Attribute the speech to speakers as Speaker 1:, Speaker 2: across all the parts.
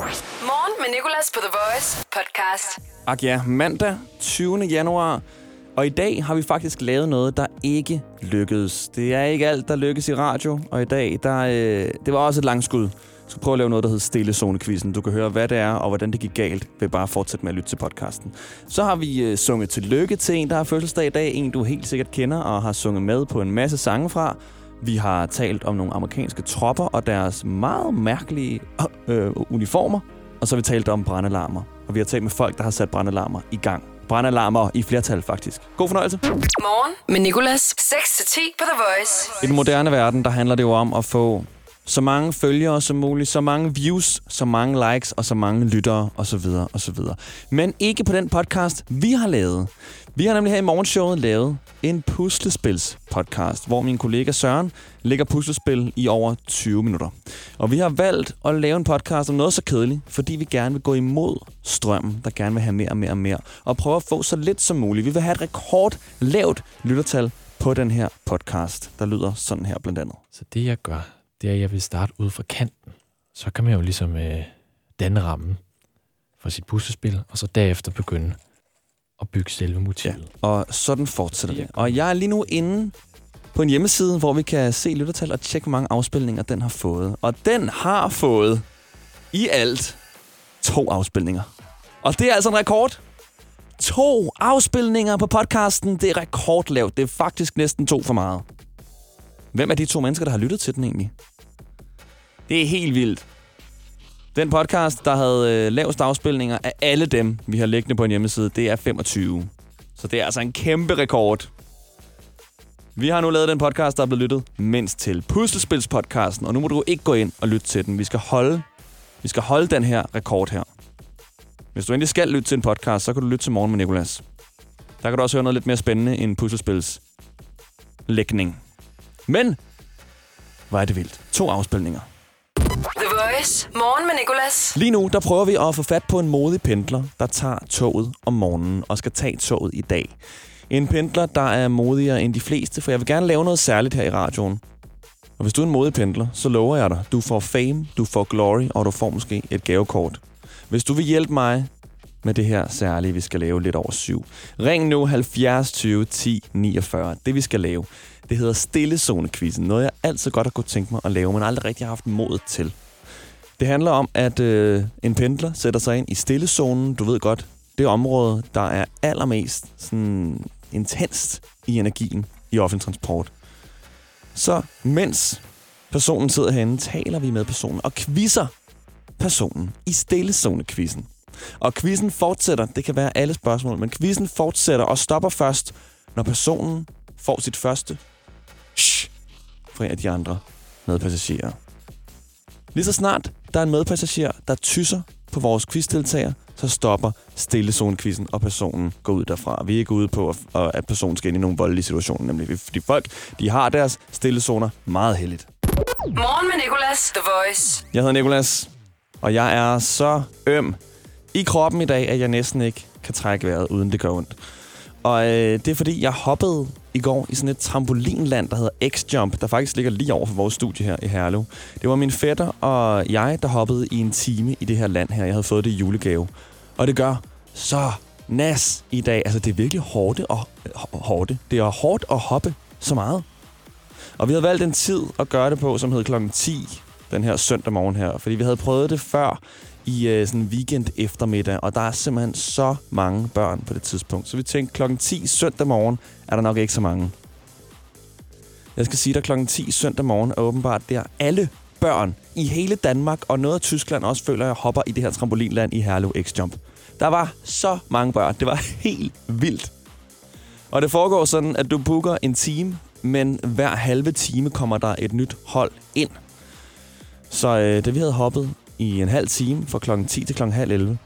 Speaker 1: Morgen med Nicolas på The Voice podcast.
Speaker 2: Ak ja, mandag 20. januar. Og i dag har vi faktisk lavet noget, der ikke lykkedes. Det er ikke alt, der lykkes i radio. Og i dag, der, øh, det var også et langt skud. Jeg skulle prøve at lave noget, der hedder Stille Zone-quizzen. Du kan høre, hvad det er, og hvordan det gik galt ved bare at fortsætte med at lytte til podcasten. Så har vi øh, sunget tillykke til en, der har fødselsdag i dag. En, du helt sikkert kender og har sunget med på en masse sange fra. Vi har talt om nogle amerikanske tropper og deres meget mærkelige øh, uniformer. Og så har vi talt om brandalarmer. Og vi har talt med folk, der har sat brandalarmer i gang. Brandalarmer i flertal, faktisk. God fornøjelse.
Speaker 1: Morgen med Nicolas. 6 til 10 på The Voice.
Speaker 2: I den moderne verden, der handler det jo om at få så mange følgere som muligt, så mange views, så mange likes og så mange lyttere osv. osv. Men ikke på den podcast, vi har lavet. Vi har nemlig her i morgenshowet lavet en puslespils-podcast, hvor min kollega Søren lægger puslespil i over 20 minutter. Og vi har valgt at lave en podcast om noget så kedeligt, fordi vi gerne vil gå imod strømmen, der gerne vil have mere og mere og mere, og prøve at få så lidt som muligt. Vi vil have et rekordlavt lyttertal på den her podcast, der lyder sådan her blandt andet.
Speaker 3: Så det, jeg gør, det er, at jeg vil starte ud fra kanten. Så kan man jo ligesom øh, danne rammen for sit puslespil, og så derefter begynde at bygge selve motivet. Ja.
Speaker 2: Og sådan fortsætter det. Og jeg er lige nu inde på en hjemmeside, hvor vi kan se lyttertal og tjekke, hvor mange afspilninger den har fået. Og den har fået i alt to afspilninger. Og det er altså en rekord. To afspilninger på podcasten. Det er rekordlavt. Det er faktisk næsten to for meget. Hvem er de to mennesker, der har lyttet til den egentlig? Det er helt vildt. Den podcast, der havde øh, lavest afspilninger af alle dem, vi har liggende på en hjemmeside, det er 25. Så det er altså en kæmpe rekord. Vi har nu lavet den podcast, der er blevet lyttet mindst til Puslespilspodcasten, og nu må du ikke gå ind og lytte til den. Vi skal holde, vi skal holde den her rekord her. Hvis du endelig skal lytte til en podcast, så kan du lytte til Morgen med Nicolas. Der kan du også høre noget lidt mere spændende end Puslespils lægning. Men, hvor er det vildt. To afspilninger.
Speaker 1: The Voice. Morgen med Nicolas.
Speaker 2: Lige nu, der prøver vi at få fat på en modig pendler, der tager toget om morgenen og skal tage toget i dag. En pendler, der er modigere end de fleste, for jeg vil gerne lave noget særligt her i radioen. Og hvis du er en modig pendler, så lover jeg dig, du får fame, du får glory, og du får måske et gavekort. Hvis du vil hjælpe mig med det her særlige, vi skal lave lidt over syv. Ring nu 70 20 10 49. Det vi skal lave, det hedder stillezone-quizzen. Noget jeg altid godt har kunne tænke mig at lave, men aldrig rigtig har haft modet til. Det handler om, at øh, en pendler sætter sig ind i stillezonen. Du ved godt, det område, der er allermest sådan, intenst i energien i offentlig transport. Så mens personen sidder herinde, taler vi med personen og quizzer personen i stillezone-quizzen. Og quizzen fortsætter, det kan være alle spørgsmål, men quizzen fortsætter og stopper først, når personen får sit første shh fra en af de andre medpassagerer. Lige så snart der er en medpassager, der tysser på vores quizdeltager, så stopper stillezone-quizzen, og personen går ud derfra. Vi er ikke ude på, at- at personen skal ind i nogle voldelige situationer, nemlig fordi folk de har deres stillezoner meget heldigt.
Speaker 1: Morgen med Nicolas. The Voice.
Speaker 2: Jeg hedder Nikolas, og jeg er så øm i kroppen i dag, at jeg næsten ikke kan trække vejret, uden det gør ondt. Og øh, det er fordi, jeg hoppede i går i sådan et trampolinland, der hedder X-Jump, der faktisk ligger lige over for vores studie her i Herlev. Det var min fætter og jeg, der hoppede i en time i det her land her. Jeg havde fået det i julegave. Og det gør så nas i dag. Altså, det er virkelig hårdt og hårdt. Det er hårdt at hoppe så meget. Og vi havde valgt en tid at gøre det på, som hed klokken 10 den her søndag morgen her. Fordi vi havde prøvet det før i øh, sådan en weekend eftermiddag, og der er simpelthen så mange børn på det tidspunkt. Så vi tænkte, klokken 10 søndag morgen er der nok ikke så mange. Jeg skal sige dig, klokken 10 søndag morgen er åbenbart der alle børn i hele Danmark og noget af Tyskland også føler, jeg hopper i det her trampolinland i Herlev X-Jump. Der var så mange børn. Det var helt vildt. Og det foregår sådan, at du booker en time, men hver halve time kommer der et nyt hold ind. Så øh, da vi havde hoppet i en halv time fra klokken 10 til klokken halv 11,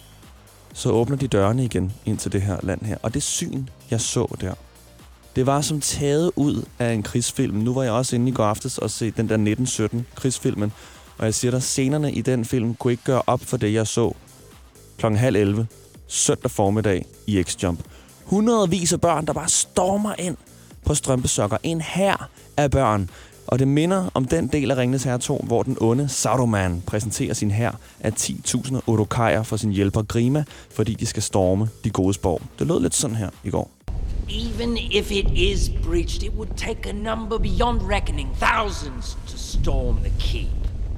Speaker 2: så åbner de dørene igen ind til det her land her. Og det syn, jeg så der, det var som taget ud af en krigsfilm. Nu var jeg også inde i går aftes og se den der 1917 krigsfilmen. Og jeg siger dig, scenerne i den film kunne ikke gøre op for det, jeg så klokken halv 11 søndag formiddag i X-Jump. Hundredvis af børn, der bare stormer ind på strømpesokker. En hær af børn. Og det minder om den del af Ringnes Herre 2, hvor den onde Saruman præsenterer sin hær af 10.000 orokajer for sin hjælper Grima, fordi de skal storme de gode borg. Det lød lidt sådan her i går.
Speaker 4: Even if it is breached, it would take a number beyond reckoning thousands to storm the keep.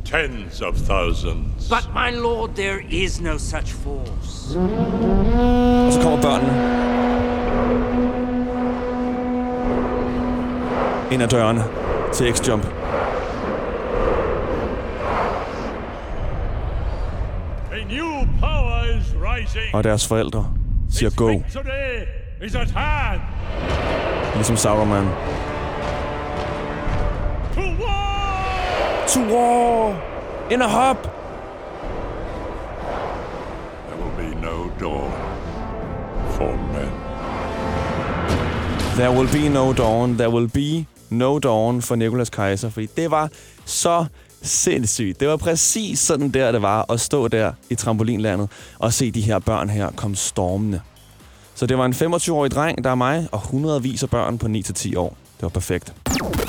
Speaker 5: Tens of thousands.
Speaker 4: But, my lord, there is no such force.
Speaker 2: Og så kommer børnene. Ind ad dørene til X-Jump.
Speaker 5: a new power is rising.
Speaker 2: Og deres forældre siger
Speaker 5: Its
Speaker 2: go,
Speaker 5: Victory is at hand.
Speaker 2: ligesom Saruman.
Speaker 5: To war!
Speaker 2: To war! Ind og hop!
Speaker 5: There will be no dawn for men.
Speaker 2: There will be no dawn. There will be no dawn for Nikolas Kaiser, fordi det var så sindssygt. Det var præcis sådan der, det var at stå der i trampolinlandet og se de her børn her komme stormende. Så det var en 25-årig dreng, der er mig, og hundredvis af børn på 9-10 år. Det var perfekt.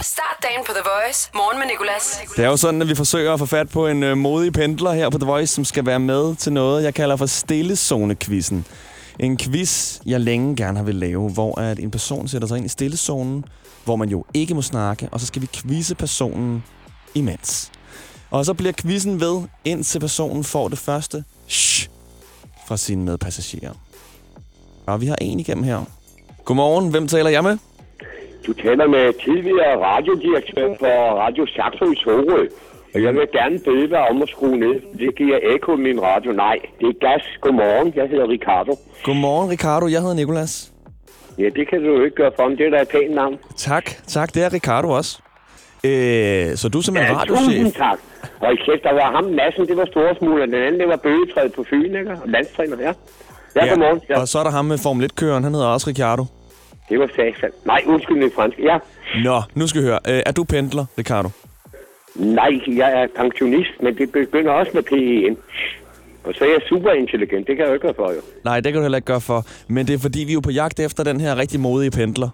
Speaker 1: Start dagen på The Voice. Morgen med Nicolas.
Speaker 2: Det er jo sådan, at vi forsøger at få fat på en øh, modig pendler her på The Voice, som skal være med til noget, jeg kalder for stillezone-quizzen. En quiz, jeg længe gerne har vil lave, hvor at en person sætter sig ind i stillezonen, hvor man jo ikke må snakke, og så skal vi quizze personen imens. Og så bliver quizzen ved, indtil personen får det første shh fra sine medpassagerer. Og vi har en igennem her. Godmorgen, hvem taler jeg med?
Speaker 6: Du taler med tidligere radiodirektør for Radio Saxo i Sorø. Og jeg vil gerne bede dig om at skrue ned. Det giver ekko i min radio. Nej, det er gas. Godmorgen, jeg hedder Ricardo.
Speaker 2: Godmorgen, Ricardo. Jeg hedder Nikolas.
Speaker 6: Ja, det kan du jo ikke gøre for mig. Det er da et pænt navn.
Speaker 2: Tak, tak. Det er Ricardo også. Øh, så du er simpelthen
Speaker 6: Ja,
Speaker 2: ja,
Speaker 6: tusind
Speaker 2: radiochef.
Speaker 6: tak. Og i kæft, der var ham massen, det var storsmugler. Den anden, det var bøgetræet på Fyn, ikke? Og landstræner, ja. Ja, godmorgen. Ja,
Speaker 2: Og så er der ham med Formel 1-køren. Han hedder også Ricardo.
Speaker 6: det var sagsandt. Nej, undskyld min fransk. Ja,
Speaker 2: Nå, nu skal vi høre. Øh, er du pendler, Ricardo?
Speaker 6: nej, jeg er pensionist, men det begynder også med PEN. Og så er jeg super intelligent. Det kan jeg jo ikke gøre for, jo.
Speaker 2: Nej, det kan du heller ikke gøre for. Men det er fordi, vi er jo på jagt efter den her rigtig modige pendler.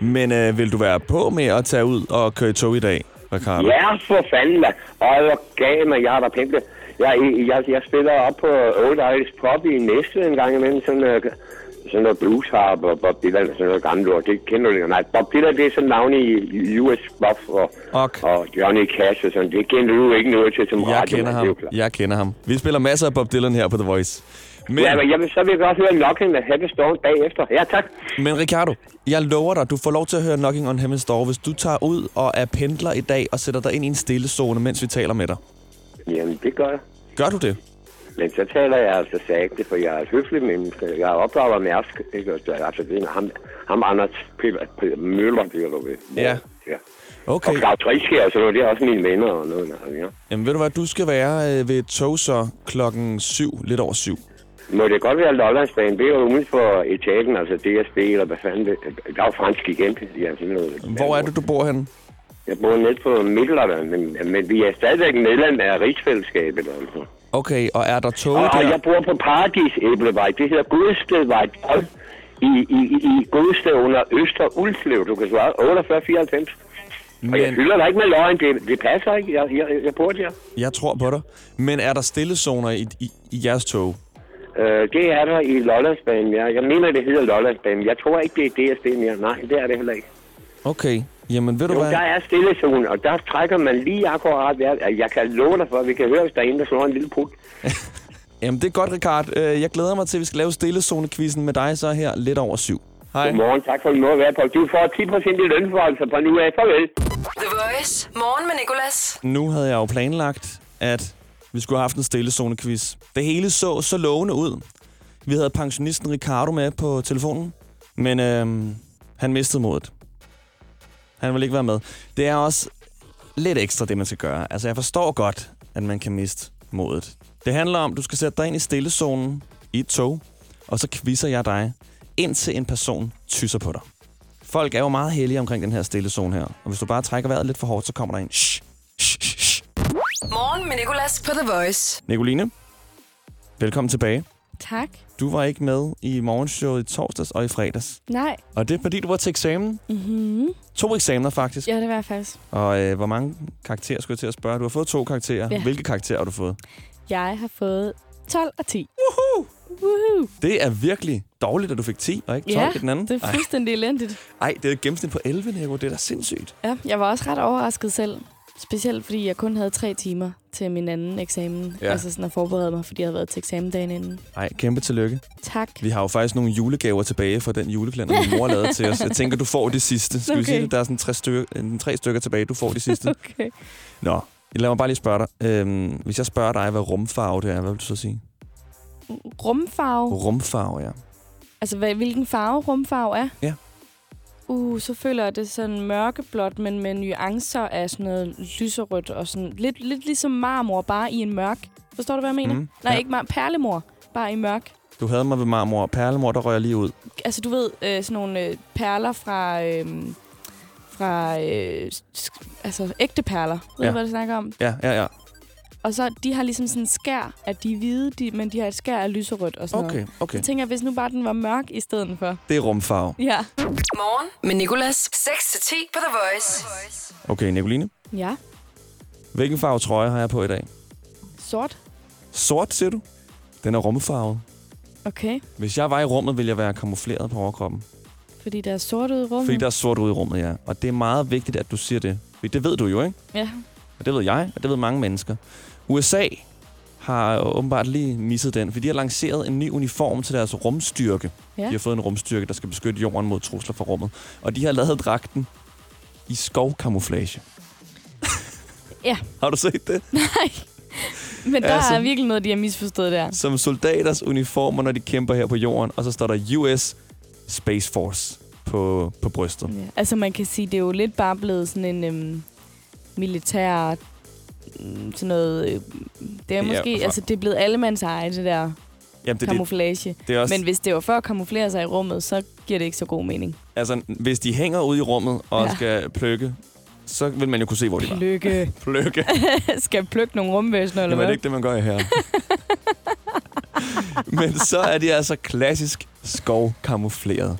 Speaker 2: Men øh, vil du være på med at tage ud og køre i tog i dag, Ricardo?
Speaker 6: Ja, for fanden, mand. Og jeg gav mig, jeg har da pæmplet. Jeg, jeg, jeg spiller op på Old Irish Pop i Næstved en gang imellem, sådan noget, sådan noget blues harp og Bob Dylan og sådan noget gammelt ord. Det kender du ikke. Nej, Bob Dylan, det er sådan navn i US Buff og,
Speaker 2: Ok.
Speaker 6: og Johnny Cash og sådan. Det kender du ikke noget til som
Speaker 2: Jeg
Speaker 6: radio,
Speaker 2: kender
Speaker 6: det er jo
Speaker 2: ham.
Speaker 6: klart.
Speaker 2: Jeg kender ham. Vi spiller masser af Bob Dylan her på The Voice. Men,
Speaker 6: Ja, men jeg vil, så vil jeg godt høre Knocking at Happy Storm bagefter. Ja, tak.
Speaker 2: Men Ricardo, jeg lover dig, du får lov til at høre Knocking on Heaven's Door, hvis du tager ud og er pendler i dag og sætter dig ind i en stille zone, mens vi taler med dig.
Speaker 6: Jamen, det gør jeg.
Speaker 2: Gør du det?
Speaker 6: Men så taler jeg altså sagte, for jeg er et høfligt menneske. Jeg er opdraget af Mærsk, ikke? Og så er jeg Altså, det er ham, ham Anders Piller, Piller, Møller, det er du ved.
Speaker 2: Ja.
Speaker 6: ja. Og
Speaker 2: Okay.
Speaker 6: Claus Riske, altså, det er også mine venner og noget. Nej, ja.
Speaker 2: Jamen ved du hvad, du skal være øh, ved et tog så klokken 7, lidt over 7.
Speaker 6: Må det godt være Lollandsbanen? Det er jo uden for etaten, altså DSB, eller hvad fanden det Der er jo fransk igen. Ja, sådan noget.
Speaker 2: Hvor er det, du bor henne?
Speaker 6: Jeg bor nede på Middelland, men, men vi er stadigvæk medlem af rigsfællesskabet. Altså.
Speaker 2: Okay, og er der tog
Speaker 6: Og, og
Speaker 2: der?
Speaker 6: jeg bor på Paradis Æblevej. Det hedder Godstedvej 12 i, i, i i Godsted under Øster Ulflev. Du kan svare 48 94. Og jeg
Speaker 2: Men
Speaker 6: hylder dig ikke med løgn. Det, det passer ikke. Jeg, jeg, jeg bor der.
Speaker 2: jeg tror på dig. Men er der stillezoner i, i, i jeres tog?
Speaker 6: Øh, det er der i Lollandsbanen, ja. Jeg mener, det hedder Lollandsbanen. Jeg tror ikke, det er DSB mere. Nej, det er det heller ikke.
Speaker 2: Okay, jamen ved du
Speaker 6: Jo,
Speaker 2: hvad?
Speaker 6: der er stillezone, og der trækker man lige akkurat hver. Jeg kan love dig for, at vi kan høre, hvis der er en, der slår en lille put.
Speaker 2: Jamen det er godt, Ricard. Øh, Jeg glæder mig til, at vi skal lave stillezone-quizzen med dig så her lidt over 7. Hej.
Speaker 6: Godmorgen, tak for at du må være på. Du får 10% i lønforhold, fra nu af. Farvel.
Speaker 1: The Voice. Morgen med Nicolas.
Speaker 2: nu havde jeg jo planlagt, at vi skulle have haft en stillezone-quiz. Det hele så så lovende ud. Vi havde pensionisten Ricardo med på telefonen, men øhm, han mistede modet. Han vil ikke være med. Det er også lidt ekstra, det man skal gøre. Altså, jeg forstår godt, at man kan miste modet. Det handler om, at du skal sætte dig ind i stillezonen i et tog, og så quizzer jeg dig, indtil en person tysser på dig. Folk er jo meget heldige omkring den her stillezone her, og hvis du bare trækker vejret lidt for hårdt, så kommer der en shh, shh, shh, shh.
Speaker 1: Morgen med Nicolas på The Voice.
Speaker 2: Nicoline, velkommen tilbage.
Speaker 7: Tak.
Speaker 2: Du var ikke med i morgenshowet i torsdags og i fredags.
Speaker 7: Nej.
Speaker 2: Og det er, fordi du var til eksamen.
Speaker 7: Mm-hmm.
Speaker 2: To eksamener, faktisk.
Speaker 7: Ja, det var jeg faktisk.
Speaker 2: Og øh, hvor mange karakterer skulle jeg til at spørge? Du har fået to karakterer.
Speaker 7: Ja.
Speaker 2: Hvilke karakterer har du fået?
Speaker 7: Jeg har fået 12 og 10.
Speaker 2: Woohoo!
Speaker 7: Woohoo!
Speaker 2: Det er virkelig dårligt, at du fik 10 og ikke 12
Speaker 7: ja,
Speaker 2: i den anden.
Speaker 7: det er
Speaker 2: Ej,
Speaker 7: fuldstændig elendigt.
Speaker 2: ej, det er et gennemsnit på 11, Nico. Det er da sindssygt.
Speaker 7: Ja, jeg var også ret overrasket selv. Specielt fordi jeg kun havde tre timer til min anden eksamen.
Speaker 2: Ja.
Speaker 7: Ja. Altså sådan at forberede mig, fordi jeg havde været til eksamen dagen inden.
Speaker 2: Nej, kæmpe tillykke.
Speaker 7: Tak.
Speaker 2: Vi har jo faktisk nogle julegaver tilbage fra den julekalender, min mor lavede til os. Jeg tænker, du får det sidste. Skal okay. vi
Speaker 7: Okay.
Speaker 2: sige det? Der er sådan tre stykker, en, tre stykker tilbage. Du får det sidste.
Speaker 7: Okay.
Speaker 2: Nå, lad mig bare lige spørge dig. Øhm, hvis jeg spørger dig, hvad rumfarve det er, hvad vil du så sige?
Speaker 7: Rumfarve.
Speaker 2: Rumfarve, ja.
Speaker 7: Altså, hvad, hvilken farve rumfarve er?
Speaker 2: Ja.
Speaker 7: Uh, så føler jeg det er sådan mørkeblåt, men med nuancer af sådan noget lyserødt og sådan lidt, lidt ligesom marmor, bare i en mørk. Forstår du, hvad jeg mener?
Speaker 2: Mm,
Speaker 7: Mm, Nej,
Speaker 2: ja.
Speaker 7: ikke mar- perlemor, bare i mørk.
Speaker 2: Du havde mig ved marmor og perlemor, der røg jeg lige ud.
Speaker 7: Altså, du ved, øh, sådan nogle øh, perler fra... Øh, fra øh, sk- altså ægte perler.
Speaker 2: Ja.
Speaker 7: Ved du, hvad jeg snakker om?
Speaker 2: Ja, ja, ja.
Speaker 7: Og så, de har ligesom sådan en skær, at de er hvide, de, men de har et skær af lyserødt og sådan noget.
Speaker 2: Okay, okay.
Speaker 7: Så tænker jeg, hvis nu bare den var mørk i stedet for.
Speaker 2: Det er rumfarve.
Speaker 7: Ja.
Speaker 1: Morgen med Nicolas. 6-10 på The Voice.
Speaker 2: Okay, Nicoline.
Speaker 7: Ja.
Speaker 2: Hvilken farve trøje har jeg på i dag?
Speaker 7: Sort.
Speaker 2: Sort, siger du? Den er rumfarvet.
Speaker 7: Okay.
Speaker 2: Hvis jeg var i rummet, ville jeg være kamufleret på overkroppen.
Speaker 7: Fordi der er sort ud i rummet?
Speaker 2: Fordi der er sort ude i rummet, ja. Og det er meget vigtigt, at du siger det. Fordi det ved du jo, ikke?
Speaker 7: Ja.
Speaker 2: Og det ved jeg, og det ved mange mennesker. USA har åbenbart lige misset den, fordi de har lanceret en ny uniform til deres rumstyrke. Ja.
Speaker 7: Ja.
Speaker 2: De har fået en rumstyrke, der skal beskytte jorden mod trusler fra rummet. Og de har lavet dragten i skovkamuflage.
Speaker 7: Ja.
Speaker 2: Har du set det?
Speaker 7: Men der
Speaker 2: Altså-
Speaker 7: er virkelig noget, de har misforstået der.
Speaker 2: Som soldaters uniformer, når de kæmper her på jorden. Og så står der US Space Force på, på brystet.
Speaker 7: Ja. Altså, man kan sige, det er jo lidt bare blevet sådan en øhm, militær... øhm, Sådan noget... Øh, det
Speaker 2: Ja,
Speaker 7: er måske...
Speaker 2: for-
Speaker 7: Ja, altså, det er blevet allemands eje, det der
Speaker 2: Jamen, det, er det,
Speaker 7: kamuflage. Det,
Speaker 2: det er også...
Speaker 7: Men hvis det var for at kamuflere sig i rummet, så giver det ikke så god mening.
Speaker 2: Altså, hvis de hænger ude i rummet og ja.
Speaker 7: Ja.
Speaker 2: skal pløkke, så vil man jo kunne se, hvor de var.
Speaker 7: Lykke.
Speaker 2: Pløkke.
Speaker 7: Skal jeg plukke nogle rumvæsener, eller
Speaker 2: Jamen, er det
Speaker 7: hvad?
Speaker 2: ikke det, man gør her? Men så er de altså klassisk skovkamufleret.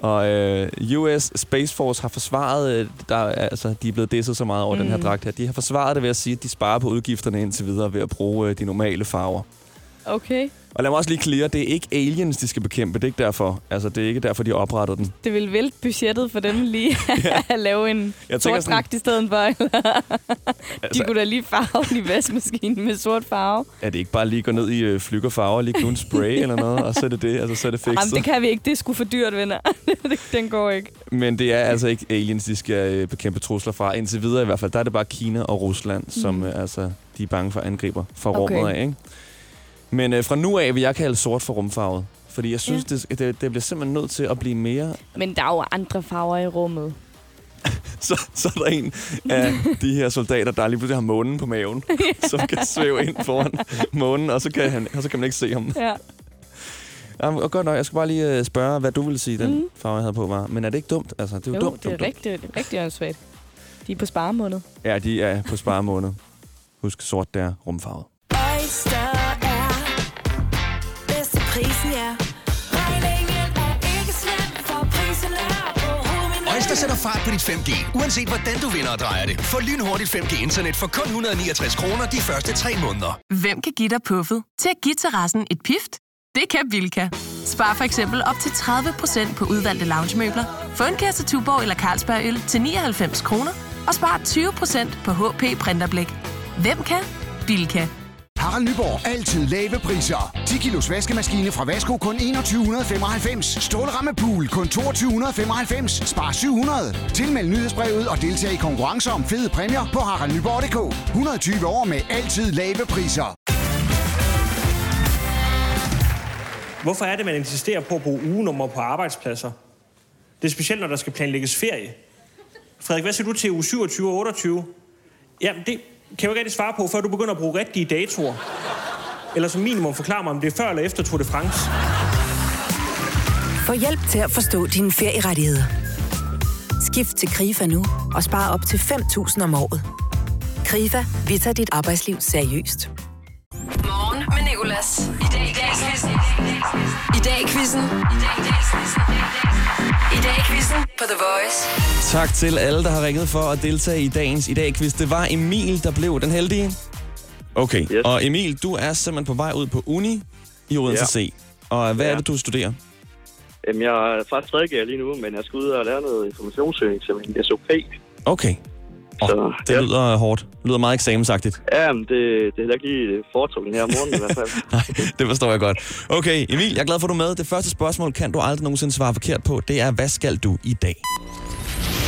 Speaker 2: Og øh, US Space Force har forsvaret, øh, der, er- altså, de er blevet disset så meget over mm. den her
Speaker 7: Mm.
Speaker 2: dragt her. De har forsvaret det ved at sige, at de sparer på udgifterne indtil videre ved at bruge øh, de normale farver.
Speaker 7: Okay.
Speaker 2: Og lad mig også lige clear, det er ikke aliens, de skal bekæmpe. Det er ikke derfor, altså, det er ikke derfor de oprettede den.
Speaker 7: Det vil vælte budgettet for dem lige at lave en
Speaker 2: Jeg tænker
Speaker 7: sort
Speaker 2: sådan,
Speaker 7: dragt i stedet for. Eller? De
Speaker 2: altså,
Speaker 7: kunne da lige farve i vaskemaskinen med sort farve.
Speaker 2: er det ikke bare lige gå ned i øh, flyg og farver, lige kunne en spray eller noget, og så er det det, altså så er det fikset.
Speaker 7: Jamen, det kan vi ikke. Det er sgu for dyrt, venner. Det- Den går ikke.
Speaker 2: Men det er altså ikke aliens, de skal øh, bekæmpe trusler fra. Indtil videre i hvert fald, der er det bare Kina og Rusland, mm. som øh, altså, de er bange for angriber fra
Speaker 7: Okay.
Speaker 2: rummet af. Ikke? Men øh, fra nu af vil jeg kalde sort for rumfarvet. Fordi jeg synes, ja. det, det, det bliver simpelthen nødt til at blive mere...
Speaker 7: Men der er jo andre farver i rummet.
Speaker 2: Så, så er der en af de her soldater, der lige pludselig har månen på maven, som kan svæve ind foran månen, og så kan, han, og så kan man ikke se ham.
Speaker 7: Ja.
Speaker 2: Jamen, og godt nok, jeg skal bare lige øh, spørge, hvad du ville sige, den mm.
Speaker 7: Mhm.
Speaker 2: farve, jeg havde på, var. Men er det ikke dumt? Altså, det er jo,
Speaker 7: Jo,
Speaker 2: dumt,
Speaker 7: det
Speaker 2: dumt,
Speaker 7: er rigtig, rigtig åndssvagt. De er på sparemåned.
Speaker 2: Ja, de er på sparemåned. Husk, sort der rumfarvet.
Speaker 8: Oyster er bedst til prisen, ja. Regningen er ikke slem, for prisen er på hovedet.
Speaker 9: Øjster sætter fart på dit 5G, uanset hvordan du vinder og drejer det. Få lynhurtigt 5G-internet for kun 169 kroner de første tre måneder.
Speaker 10: Hvem kan give dig puffet til at give terrassen et pift? Det kan Bilka. Spar for eksempel op til 30% på udvalgte loungemøbler. Få en kasse Tuborg eller Carlsberg øl til 99 kroner. Og spar 20% på HP Printerblæk. Hvem kan? Bilka.
Speaker 11: Harald Nyborg. Altid lave priser. 10 kilos vaskemaskine fra Vasko kun 2195. Stålramme pool kun 2295. Spar 700. Tilmeld nyhedsbrevet og deltag i konkurrencer om fede præmier på haraldnyborg.dk. 120 år med altid lave priser.
Speaker 12: Hvorfor er det, man insisterer på at bruge ugenummer på arbejdspladser? Det er specielt, når der skal planlægges ferie. Frederik, hvad siger du til uge 27 og 28? Jamen, det kan jeg jo ikke rigtig svare på, før du begynder at bruge rigtige datoer. Eller som minimum forklare mig, om det er før eller efter Tour de France.
Speaker 10: Få hjælp til at forstå dine ferierettigheder. Skift til KRIFA nu og spar op til 5.000 om året. KRIFA, vi tager dit arbejdsliv seriøst.
Speaker 1: Morgen med Nicolas. I dag i dag. dag i quizzen. I dag i quizzen. I dag i quizzen på The Voice.
Speaker 2: Tak til alle, der har ringet for at deltage i dagens i dag quiz. Det var Emil, der blev den heldige. Okay, yes. og Emil, du er simpelthen på vej ud på uni i Odense
Speaker 13: Ja.
Speaker 2: ja. C. Og hvad ja.
Speaker 13: Ja.
Speaker 2: er det, du studerer?
Speaker 13: Jamen, jeg er faktisk 3. lige nu, men jeg skal ud og lære noget informationssøgning til min SOP.
Speaker 2: Okay. Oh, det ja. lyder hårdt. Det lyder meget eksamensagtigt.
Speaker 13: Jamen, det, det er heller ikke lige foretog den her morgen i hvert fald.
Speaker 2: Det forstår jeg godt. Okay, Emil, jeg er glad for, at du er med. Det første spørgsmål kan du aldrig nogensinde svare forkert på. Det er, hvad skal du i dag?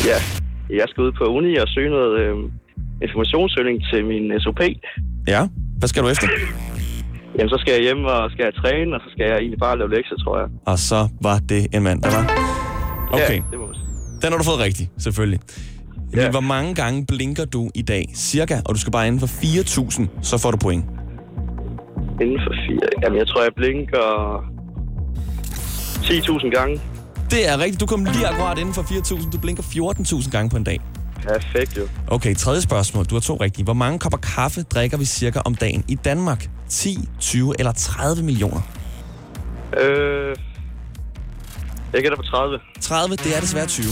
Speaker 13: Ja, jeg skal ud på uni og søge noget øh, informationssøgning til min SOP.
Speaker 2: Ja, hvad skal du efter?
Speaker 13: Jamen, så skal jeg hjem og skal jeg træne, og så skal jeg egentlig bare lave lektier, tror jeg.
Speaker 2: Og så var det en mand, der var. Okay,
Speaker 13: Ja, det må man sige.
Speaker 2: den har du fået rigtig, selvfølgelig. Emil, hvor mange gange blinker du i dag? Cirka, og du skal bare inden for 4.000, så får du point.
Speaker 13: Inden for fire... Jamen, jeg tror, jeg blinker 10.000 gange.
Speaker 2: Det er rigtigt. Du kom lige akkurat inden for 4.000. Du blinker 14.000 gange på en dag.
Speaker 13: Perfekt, jo.
Speaker 2: Okay, tredje spørgsmål. Du har to rigtige. Hvor mange kopper kaffe drikker vi cirka om dagen i Danmark? 10, 20 eller 30 millioner?
Speaker 13: Øh... Jeg gætter på 30.
Speaker 2: 30, det er desværre 20.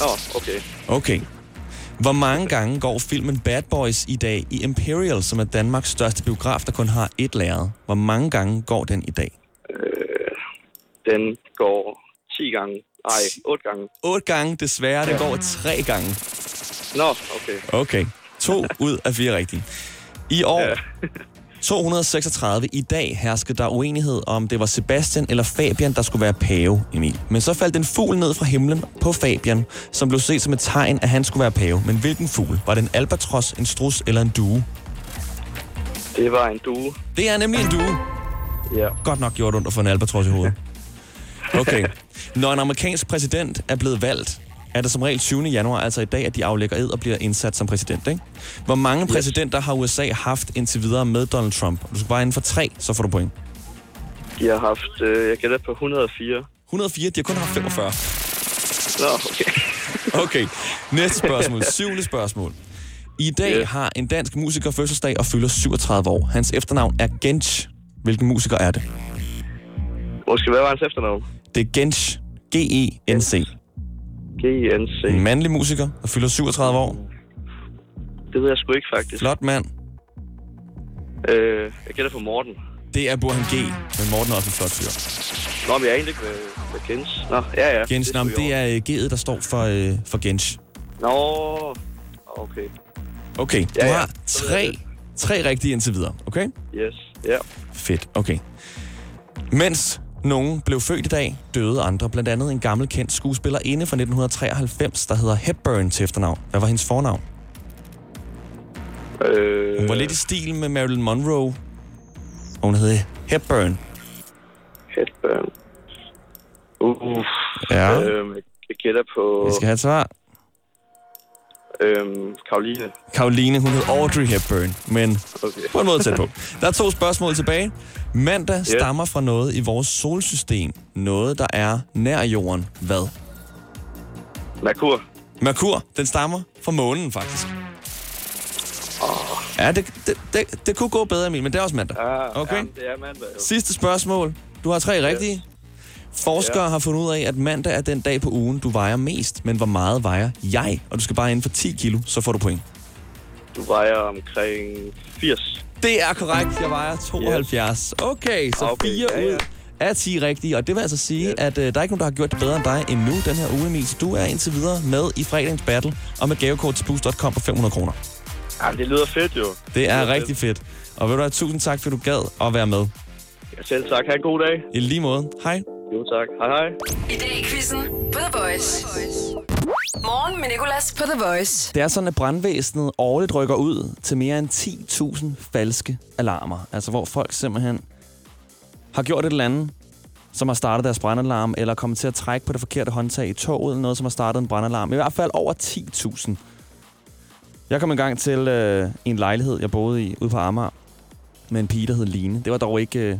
Speaker 13: Nå, okay.
Speaker 2: Okay. Hvor mange gange går filmen Bad Boys i dag i Imperial, som er Danmarks største biograf, der kun har et lærred? Hvor mange gange går den i dag?
Speaker 13: Den går 10 gange. Nej, 8 gange.
Speaker 2: 8 gange, desværre. Den går 3 gange.
Speaker 13: Nå, okay.
Speaker 2: Okay. To ud af fire rigtige. I år 236 i dag herskede der uenighed om, det var Sebastian eller Fabian, der skulle være pave, Emil. Men så faldt en fugl ned fra himlen på Fabian, som blev set som et tegn, at han skulle være pave. Men hvilken fugl? Var det en albatros, en strus eller en due?
Speaker 13: Det var en due.
Speaker 2: Det er nemlig en due.
Speaker 13: Ja.
Speaker 2: Godt nok gjort ondt at få en albatros i hovedet. Okay. Når en amerikansk præsident er blevet valgt, er det som regel 20. januar, altså i dag, at de aflægger ed og bliver indsat som præsident, ikke? Hvor mange præsidenter har USA haft indtil videre med Donald Trump? Du skal bare inden for tre, så får du point.
Speaker 13: De har haft, øh, jeg gætter på 104.
Speaker 2: 104, de har kun haft 45.
Speaker 13: Nå, okay.
Speaker 2: Okay, næste spørgsmål. Syvende spørgsmål. I dag yeah. har en dansk musiker fødselsdag og fylder 37 år. Hans efternavn er Gensch. Hvilken musiker er det?
Speaker 13: Måske hvad var hans efternavn?
Speaker 2: Det er Gensch. G-E-N-C.
Speaker 13: GNC.
Speaker 2: En mandlig musiker, der fylder 37 år.
Speaker 13: Det ved jeg sgu ikke, faktisk.
Speaker 2: Flot mand.
Speaker 13: Øh, jeg gætter på Morten.
Speaker 2: Det er Burhan G. E Men Morten er også en flot fyr.
Speaker 13: Nå, men jeg er egentlig ikke med, med Gens. Nå, ja, ja.
Speaker 2: Gensch, det, det er øh, G'et, der står for, øh, for Gensch.
Speaker 13: Nå, okay.
Speaker 2: Okay, du
Speaker 13: Ja, ja.
Speaker 2: har tre, tre rigtige indtil videre, okay?
Speaker 13: Yes, ja.
Speaker 2: Fedt, okay. Mens nogen blev født i dag, døde andre. Blandt andet en gammel kendt skuespiller inde fra 1993, der hedder Hepburn til efternavn. Hvad var hendes fornavn?
Speaker 13: Øh...
Speaker 2: Hun var lidt i stil med Marilyn Monroe. Og hun hed Hepburn.
Speaker 13: Headburn. Uff.
Speaker 2: Ja.
Speaker 13: Øhm, jeg gætter på...
Speaker 2: Vi skal have et svar.
Speaker 13: Øhm, Karoline.
Speaker 2: Karoline, hun hed Audrey Hepburn, men
Speaker 13: okay.
Speaker 2: på en måde tæt på. Der er to spørgsmål tilbage. Mandag yeah. stammer fra noget i vores solsystem. Noget, der er nær jorden. Hvad?
Speaker 13: Merkur.
Speaker 2: Merkur, den stammer fra månen faktisk.
Speaker 13: Ah.
Speaker 2: Oh. Ja, det, det, det, det kunne gå bedre, Emil, men det er også mandag.
Speaker 13: Ah,
Speaker 2: okay?
Speaker 13: Jamen, det er mandag, jo.
Speaker 2: Sidste spørgsmål. Du har tre rigtige. Forskere har fundet ud af, at mandag er den dag på ugen, du vejer mest. Men hvor meget vejer jeg? Og du skal bare inden for 10 kilo, så får du point.
Speaker 13: Du vejer omkring 80.
Speaker 2: Det er korrekt. Jeg vejer 72. Okay, så
Speaker 13: Okay,
Speaker 2: okay, fire
Speaker 13: ja, ja.
Speaker 2: ud af 10 rigtige. Og det vil altså sige, yes. at øh, der er ikke nogen, der har gjort det bedre end dig endnu den her uge, Emil. Så du er indtil videre med i fredagens battle og med gavekort til boost.com på 500 kroner.
Speaker 13: Jamen, det lyder fedt, jo.
Speaker 2: Det er rigtig fedt. Og ved du hvad, tusind tak, fordi du gad at være med.
Speaker 13: Ja, Selv tak. Ha' en god dag.
Speaker 2: I lige måde. Hej.
Speaker 13: Jo, tak. Hej, hej.
Speaker 1: I dag i quizzen på The Voice. Morgen med Nicolas på The Voice.
Speaker 2: Det er sådan, at brandvæsenet årligt rykker ud til mere end 10.000 falske alarmer. Altså hvor folk simpelthen har gjort et eller andet, som har startet deres brandalarm, eller kommet til at trække på det forkerte håndtag i toget, eller noget, som har startet en brandalarm. I hvert fald over 10.000. Jeg kom engang til øh, en lejlighed, jeg boede i ude på Amager, med en pige, der hed Line. Det var dog ikke øh,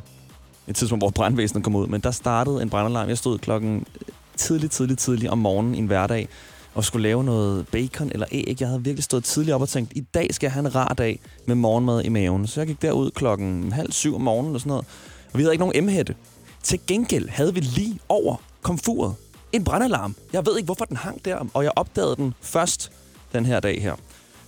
Speaker 2: et tidspunkt, hvor brandvæsenet kom ud, men der startede en brandalarm. Jeg stod klokken øh, tidlig, tidlig, tidlig om morgenen en hverdag, og skulle lave noget bacon eller æg. Jeg havde virkelig stået tidligt op og tænkt, i dag skal jeg have en rar dag med morgenmad i maven. Så jeg gik derud klokken halv syv om morgenen og sådan noget. Og vi havde ikke nogen M-hætte. Til gengæld havde vi lige over komfuret en brandalarm. Jeg ved ikke, hvorfor den hang der, og jeg opdagede den først den her dag her.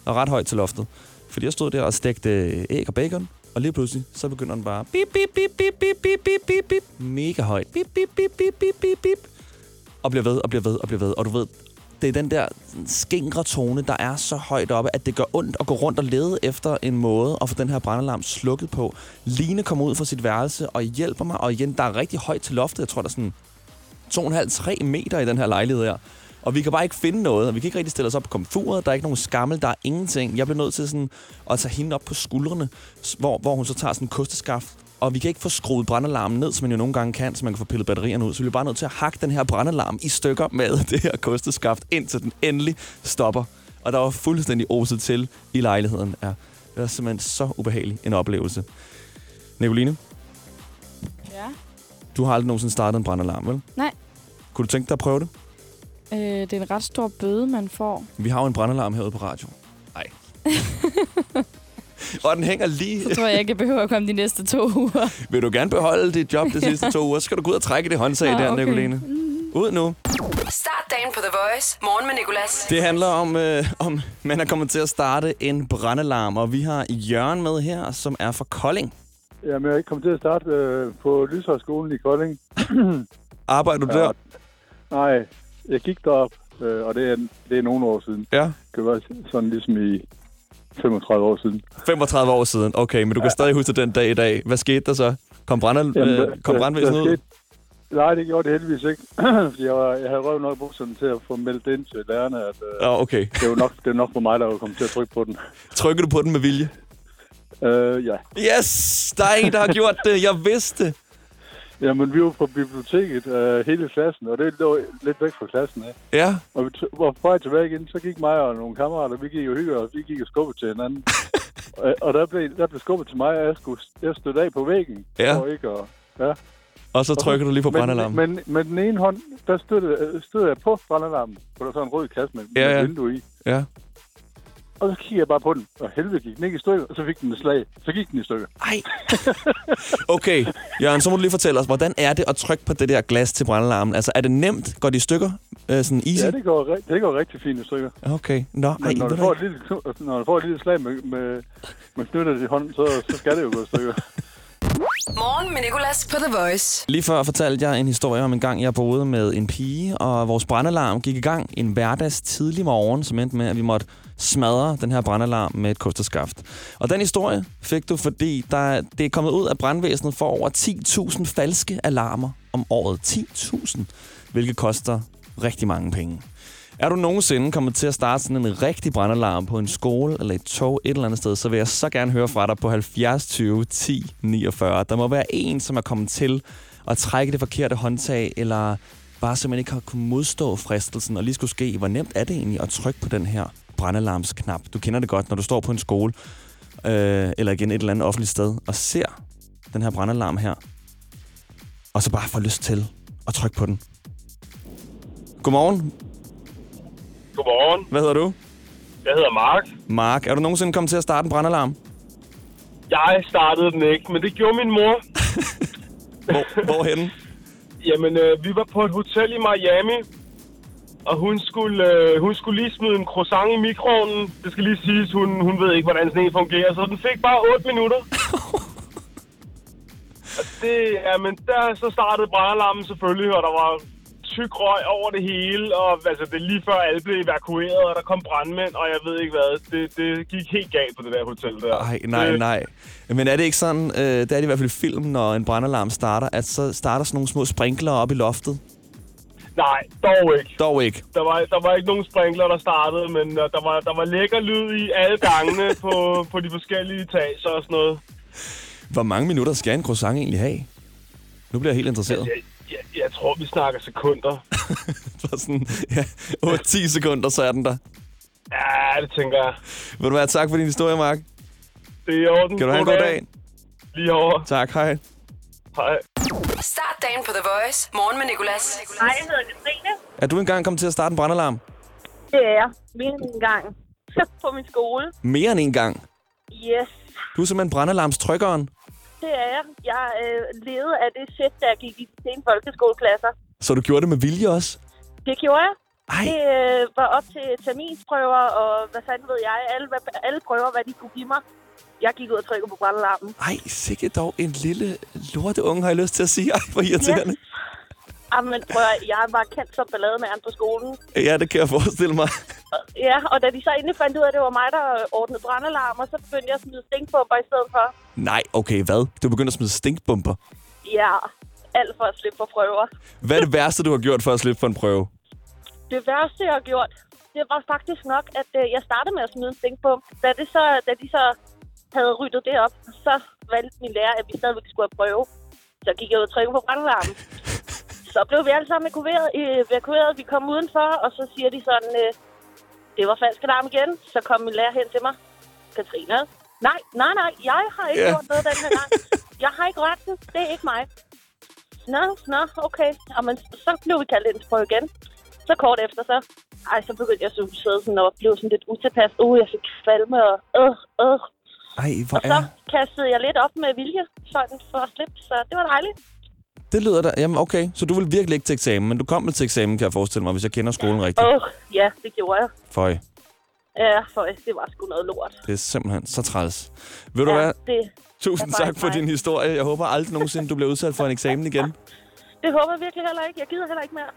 Speaker 2: Og ret højt til loftet. Fordi jeg stod der og stegte øh, æg og bacon, og lige pludselig, så begynder den bare bip, bip, bip, bip, bip, bip, bip, bip, bip, mega højt. Bip, bip, bip, bip, bip, bip, bip. Og bliver ved, og bliver ved, og bliver ved. Og du ved, det er den der skingre tone, der er så højt oppe, at det gør ondt at gå rundt og lede efter en måde at få den her brandalarm slukket på. Line kommer ud fra sit værelse og hjælper mig, og igen, der er rigtig højt til loftet. Jeg tror, der er sådan 2,5-3 meter i den her lejlighed her. Og vi kan bare ikke finde noget, og vi kan ikke rigtig stille os op på komfuret. Der er ikke nogen skammel, der er ingenting. Jeg bliver nødt til sådan at tage hende op på skuldrene, s- hvor, hvor hun så tager sådan en kosteskaft. Og vi kan ikke få skruet brandalarmen ned, som man jo nogle gange kan, så man kan få pillet batterierne ud. Så vi er bare nødt til at hakke den her brandalarm i stykker med det her kosteskaft, indtil den endelig stopper. Og der var fuldstændig oset til i lejligheden. Ja, det var simpelthen så ubehagelig en oplevelse. Nicoline,
Speaker 7: Ja.
Speaker 2: du har aldrig nogensinde startet en brandalarm, vel?
Speaker 7: Nej,
Speaker 2: Kunne du tænke dig at prøve det?
Speaker 7: øh, det er en ret stor bøde, man får.
Speaker 2: Vi har jo en brandalarm herude på radio. Nej. og den hænger lige...
Speaker 7: Så tror jeg ikke, jeg behøver at komme de næste to uger.
Speaker 2: Vil du gerne beholde dit job de sidste to uger, så skal du gå ud og trække det håndtag
Speaker 1: Ah,
Speaker 2: der,
Speaker 1: okay. Mm.
Speaker 2: Nicoline. Ud nu.
Speaker 1: Start dagen på The Voice. Morgen med Nicolas.
Speaker 2: Det handler om, øh, om man er kommet til at starte en brandalarm, og vi har Jørgen med her, som er fra Kolding.
Speaker 14: Jamen, jeg er ikke kommet til at starte øh, på Lyshøjskolen i Kolding.
Speaker 2: Arbejder du der?
Speaker 14: Nej, jeg gik derop, øh, og det er, det er nogle år siden.
Speaker 2: Ja.
Speaker 14: Det var sådan ligesom i 35 år siden.
Speaker 2: 35 år siden. Okay, men du kan stadig huske den dag i dag. Hvad skete der så? Kom, brandal- øh, kom
Speaker 14: der-
Speaker 2: brandvæsenet
Speaker 14: der
Speaker 2: ud?
Speaker 14: skete- Nej, det gjorde det heldigvis ikke. Fordi jeg, var, jeg havde røvet nok i bukserne til at få meldt ind til lærerne, at øh,
Speaker 2: Ja, okay.
Speaker 14: det, var nok, det var nok for mig, der var kommet til at trykke på den.
Speaker 2: Trykker du på den med vilje?
Speaker 14: Øh, ja.
Speaker 2: Yes! Der er en, der har gjort det. Jeg vidste.
Speaker 14: Jamen, vi var på biblioteket, øh, hele klassen, og det lå lidt væk fra klassen af.
Speaker 2: Ja.
Speaker 14: Og vi t- var på vej tilbage igen, så gik mig og nogle kammerater, vi gik og hygge, og vi gik og skubbede til hinanden. og, og der, blev, der blev skubbet til mig, og jeg, skulle, jeg stod af på væggen.
Speaker 2: Ja.
Speaker 14: Og, ikke, og, ja.
Speaker 2: Og så trykker du lige på
Speaker 14: Men-
Speaker 2: brandalarmen.
Speaker 14: Men, men, men den ene hånd, der stod, øh, stod jeg på brandalarmen, for der var sådan en rød kasse med,
Speaker 2: Ja,
Speaker 14: ja,
Speaker 2: ja.
Speaker 14: ja. med vindue i.
Speaker 2: Ja.
Speaker 14: Og så kiggede jeg bare på den, og helvede gik den ikke i stykker, og så fik den et slag. Så gik den i stykker.
Speaker 2: Ej. Okay, Jørgen, så må du lige fortælle os, hvordan er det at trykke på det der glas til brandalarmen? Altså, er det nemt? Går de i stykker? Øh, sådan easy?
Speaker 14: Ja, det går, ri- det går rigtig fint i stykker.
Speaker 2: Okay, nå, ej,
Speaker 14: Men når
Speaker 2: ved
Speaker 14: du,
Speaker 2: du
Speaker 14: får
Speaker 2: hvad?
Speaker 14: et lille, knu- når du får et lille slag med, med, med knyttet i hånden, så, så skal det jo gå i stykker.
Speaker 1: Morgen med Nicolas på The Voice.
Speaker 2: Lige før fortalte jeg en historie om en gang, jeg boede med en pige, og vores brandalarm gik i gang en hverdags tidlig morgen, som endte med, at vi måtte smadre den her brandalarm med et kosterskaft. Og den historie fik du, fordi der, det er kommet ud, at brandvæsenet får over 10.000 falske alarmer om året. 10.000, hvilket koster rigtig mange penge. Er du nogensinde kommet til at starte sådan en rigtig brandalarm på en skole eller et tog et eller andet sted, så vil jeg så gerne høre fra dig på 70 20 10 49. Der må være en, som er kommet til at trække det forkerte håndtag, eller bare simpelthen ikke har kunnet modstå fristelsen, og lige skulle ske, hvor nemt er det egentlig at trykke på den her brandalarmsknap. Du kender det godt, når du står på en skole, øh, eller igen et eller andet offentligt sted, og ser den her brandalarm her, og så bare får lyst til at trykke på den. Godmorgen.
Speaker 15: Godmorgen.
Speaker 2: Hvad hedder du?
Speaker 15: Jeg hedder Mark.
Speaker 2: Mark, er du nogensinde kommet til at starte en brandalarm?
Speaker 15: Jeg startede den ikke, men det gjorde min mor.
Speaker 2: Hvor, hvorhenne?
Speaker 15: Jamen, øh, vi var på et hotel i Miami, og hun skulle, øh, hun skulle lige smide en croissant i mikroovnen. Det skal lige siges, hun, hun ved ikke, hvordan sådan en fungerer, så den fik bare 8 minutter. og det, jamen, der så startede brandalarmen selvfølgelig, og der var tyk røg over det hele, og altså, det er lige før alle blev evakueret, og der kom brandmænd, og jeg ved ikke hvad. Det, det gik helt galt på det der hotel der.
Speaker 2: Nej, nej,
Speaker 15: det,
Speaker 2: nej. Øh. Men er det ikke sådan, øh, det er det i hvert fald i film, når en brandalarm starter, at så starter sådan nogle små sprinkler op i loftet?
Speaker 15: Nej, dog ikke.
Speaker 2: Dog ikke.
Speaker 15: Der var, der var ikke nogen sprinkler, der startede, men øh, der var, der var lækker lyd i alle gangene på, på de forskellige etager og sådan noget.
Speaker 2: Hvor mange minutter skal en croissant egentlig have? Nu bliver jeg helt interesseret.
Speaker 15: Jeg, jeg, jeg tror, vi snakker sekunder.
Speaker 2: For sådan, ja, 8-10 sekunder, så er den der.
Speaker 15: Ja, det tænker jeg.
Speaker 2: Vil du være tak for din historie, Mark?
Speaker 15: Det er i orden.
Speaker 2: Kan du have en god dag?
Speaker 15: Lige over.
Speaker 2: Tak, hej.
Speaker 15: Hej.
Speaker 1: Start dagen på The Voice. Morgen med Nicolas. Hej, jeg hedder Katrine.
Speaker 2: Er du engang kommet til at starte en brandalarm?
Speaker 16: Det er jeg. Mere end en gang. på min skole.
Speaker 2: Mere end en gang.
Speaker 16: Yes.
Speaker 2: Du er simpelthen brandalarmstrykkeren.
Speaker 16: det er jeg. Jeg øh, levede af det shit, da jeg gik i de sene folkeskoleklasser.
Speaker 2: Så du gjorde det med vilje også?
Speaker 16: Det gjorde jeg. Ej. Det øh, var op til terminsprøver, og hvad fanden ved jeg, alle, hvad- alle prøver, hvad de kunne give mig. Jeg gik ud og trykkede på brandalarmen.
Speaker 2: Ej, sikke dog en lille lorte unge, har jeg lyst til at sige. Ej, hvor irriterende.
Speaker 16: Jamen, prøv at, jeg var kendt som ballademæren på skolen.
Speaker 2: Yes. Ja, det kan jeg forestille mig.
Speaker 16: Ja, og da de så endelig fandt ud af, at det var mig, der ordnede brandalarmer, så begyndte jeg at smide stinkbomber i stedet for.
Speaker 2: Nej, okay, hvad? Du begynder at smide stinkbomber.
Speaker 16: Ja, alt for at slippe for prøver.
Speaker 2: Hvad er det værste, du har gjort for at slippe for en prøve?
Speaker 16: Det værste, jeg har gjort, det var faktisk nok, at øh, jeg startede med at smide en stinkbombe. Da, det så, da de så havde ryddet det op, så valgte min lærer, at vi stadigvæk skulle have prøve. Så gik jeg ud og trykkede på brandalarmen. Så blev vi alle sammen evakueret, øh, evakueret. Vi kom udenfor, og så siger de sådan, øh, det var falsk alarm igen. Så kom min lærer hen til mig. Katrine, nej, nej, nej, jeg har ikke
Speaker 8: Ja.
Speaker 16: yeah. gjort noget den her gang. Jeg har ikke rørt den. Det er ikke mig. Nå, nå, okay. Jamen, så blev vi kaldt ind til prøve igen. Så kort efter så, ej, så begyndte jeg at suge sidde sådan og blev sådan lidt utilpas. Uh, jeg fik kvalme og øh, øh.
Speaker 2: Ej, hvor
Speaker 16: Så
Speaker 2: er...
Speaker 16: kastede jeg lidt op med vilje, sådan for at slippe, så det var dejligt.
Speaker 2: Det lyder da... Jamen, okay. Så du vil virkelig ikke til eksamen, men du kom vel til eksamen, kan jeg forestille mig, hvis jeg kender skolen rigtigt.
Speaker 16: Åh, oh, ja, det gjorde jeg.
Speaker 2: Føj,
Speaker 16: Ja, for det var sgu noget lort.
Speaker 2: det er simpelthen så træls. Ved du
Speaker 16: ja,
Speaker 2: hvad?
Speaker 16: Det,
Speaker 2: Tusind
Speaker 16: er
Speaker 2: tak
Speaker 16: faktisk
Speaker 2: for
Speaker 16: mig.
Speaker 2: din historie. Jeg håber aldrig nogensinde, du bliver udsat for en eksamen igen.
Speaker 16: det håber jeg virkelig heller ikke. Jeg gider heller ikke mere.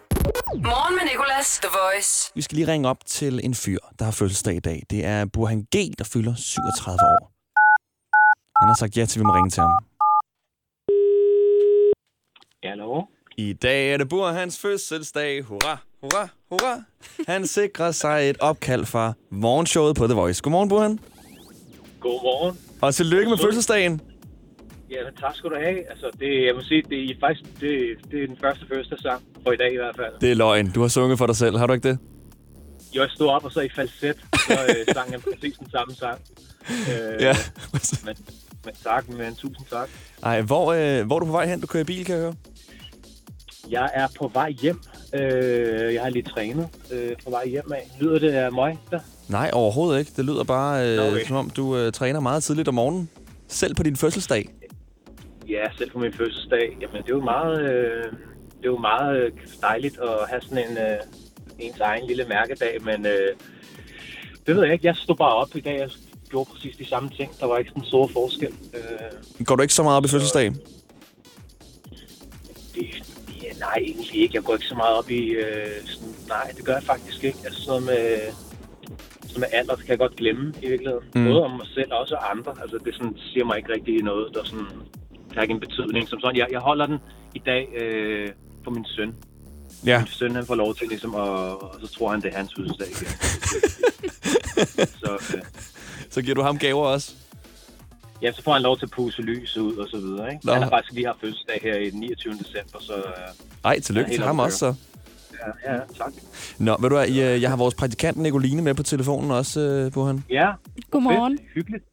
Speaker 1: Morgen med Nicolas, The Voice.
Speaker 2: Vi skal lige ringe op til en fyr, der har fødselsdag i dag. Det er Burhan G., der fylder 37 år. Han har sagt ja til, at vi må ringe til ham.
Speaker 17: Hallo?
Speaker 2: I dag er det Burhans fødselsdag. Hurra, hurra, hurra. Han sikrer sig et opkald fra morgenshowet på The Voice. Godmorgen, Burhan.
Speaker 17: Godmorgen.
Speaker 2: Og tillykke med fødselsdagen.
Speaker 17: Ja, men tak skal du have. Altså, det, jeg må sige, det er faktisk det, det er den første første sang for i dag i hvert fald.
Speaker 2: Det er løgn. Du har sunget for dig selv, har du ikke det?
Speaker 17: Jeg stod op og så i falset, så øh, sang jeg præcis den samme sang. Øh,
Speaker 2: Ja.
Speaker 17: men, men tak, men tusind tak.
Speaker 2: Ej, hvor, øh, hvor er du på vej hen? Du kører i bil, kan jeg høre.
Speaker 17: Jeg er på vej hjem. Øh, jeg har lige trænet øh, på vej hjem af. Lyder det af mig? Der?
Speaker 2: Nej, overhovedet ikke. Det lyder bare, øh, okay.
Speaker 17: Okay.
Speaker 2: som om du øh, træner meget tidligt om morgenen. Selv på din fødselsdag.
Speaker 17: Ja, selv på min fødselsdag. Jamen, det er jo meget, øh, det er jo meget øh, dejligt at have sådan en øh, ens egen lille mærkedag, men øh, det ved jeg ikke. Jeg stod bare op i dag. Jeg gjorde præcis de samme ting. Der var ikke sådan store forskel. Øh,
Speaker 2: Går du ikke så meget op i fødselsdag?
Speaker 17: ja, nej, egentlig ikke. Jeg går ikke så meget op i... Øh, sådan, nej, det gør jeg faktisk ikke. Altså sådan noget med, sådan noget med alder, det kan jeg godt glemme i virkeligheden.
Speaker 2: Mm.
Speaker 17: Mm. Både om mig selv og også andre. Altså det sådan, siger mig ikke rigtig noget. Der, sådan, det har ikke en betydning som sådan. Jeg, jeg holder den i dag øh, for min søn.
Speaker 2: Ja.
Speaker 17: Min søn han får lov til ligesom, og, og så tror han, det er hans fødselsdag igen. så, øh,
Speaker 2: Så giver du ham gaver også?
Speaker 17: Ja, så får han lov til at puse lys ud og så videre. Ikke?
Speaker 2: Nå.
Speaker 17: Han har faktisk lige haft fødselsdag her i den 29. december, så... Øh,
Speaker 2: Ej, tillykke
Speaker 17: Ja, helt
Speaker 2: til ham
Speaker 17: op at
Speaker 2: også, så.
Speaker 17: køre. Ja, ja, tak.
Speaker 2: Nå, ved du hvad, I, øh, jeg har vores praktikant Nicoline med på telefonen også, øh, Burhan.
Speaker 17: Ja.
Speaker 7: Godmorgen.
Speaker 17: Fedt. Hyggeligt.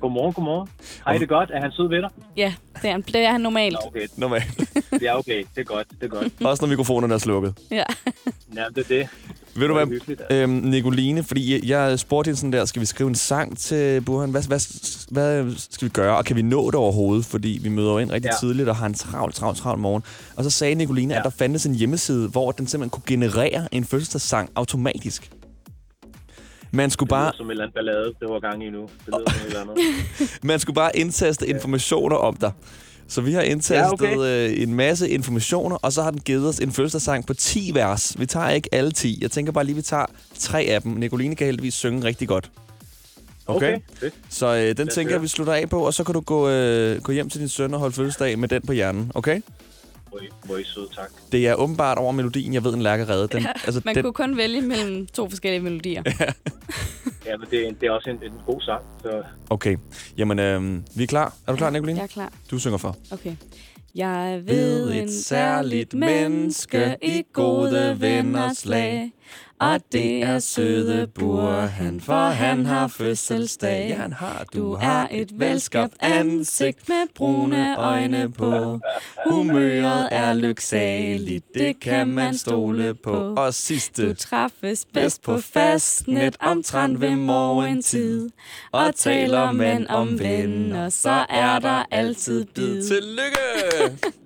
Speaker 17: Godmorgen, godmorgen. Hej, det er godt. Er han sød ved dig?
Speaker 7: Ja, det er, han. det er han normalt.
Speaker 17: Okay.
Speaker 2: Normalt.
Speaker 17: Ja, okay. Det er godt. Det er godt.
Speaker 2: Også når mikrofonerne er slukket.
Speaker 7: Ja.
Speaker 17: Ja, det er det.
Speaker 2: Ved du
Speaker 17: Det er
Speaker 2: hvad,
Speaker 17: hyggeligt,
Speaker 2: øhm, Nicoline, fordi jeg- jeg spurgte hende sådan der, skal vi skrive en sang til Burhan? Hvad, hvad, hvad skal vi gøre, og kan vi nå det overhovedet? Fordi vi møder jo ind rigtig ja.
Speaker 17: Ja.
Speaker 2: tidligt og har en travl, travl, travl morgen. Og så sagde Nicoline, ja. at der fandtes en hjemmeside, hvor den simpelthen kunne generere en fødselsdagssang automatisk. Man skulle bare
Speaker 17: Det lyder som en eller anden ballade, det var gang i nu. Det lyder som et eller andet.
Speaker 2: Man skulle bare indtaste informationer om dig. Så vi har indtastet ja,
Speaker 17: Ja,
Speaker 2: okay. øh, en masse informationer, og så har den givet os en fødselsdagssang på 10 vers. Vi tager ikke alle 10. Jeg tænker bare lige, vi tager tre af dem. Nicoline kan heldigvis synge rigtig godt. Okay?
Speaker 17: Okay, fedt.
Speaker 2: Så øh, den
Speaker 17: os
Speaker 2: tænker jeg,
Speaker 17: høre.
Speaker 2: vi slutter af på, og så kan du gå, øh, gå hjem til din søn og holde fødselsdag med den på hjernen, okay?
Speaker 17: Hvor I, hvor I er søde, tak.
Speaker 2: Det er åbenbart over melodien, jeg ved, en lærke redde. Den,
Speaker 7: Ja, altså, man
Speaker 2: den,
Speaker 7: den... kunne kun vælge mellem to forskellige melodier.
Speaker 17: Ja, men det, er- det er også en, en god sang, så
Speaker 2: Okay, jamen øh, vi er klar. Er du klar, Nicoline?
Speaker 7: Jeg er klar.
Speaker 2: Du synger for.
Speaker 7: Okay. Jeg
Speaker 2: Ved
Speaker 7: ved
Speaker 2: et
Speaker 7: en
Speaker 2: særligt
Speaker 7: særligt
Speaker 2: menneske
Speaker 7: menneske i gode venners lag, og det er søde Burhan, for han har fødselsdag.
Speaker 2: Ja, han har.
Speaker 7: Du er et velskabt ansigt med brune øjne på, Humøret er lyksaligt, det kan man stole på.
Speaker 2: Og sidste.
Speaker 7: Du træffes bedst på fastnet omtrent ved morgentid. Og taler man om venner, så er der altid bid.
Speaker 2: Tillykke!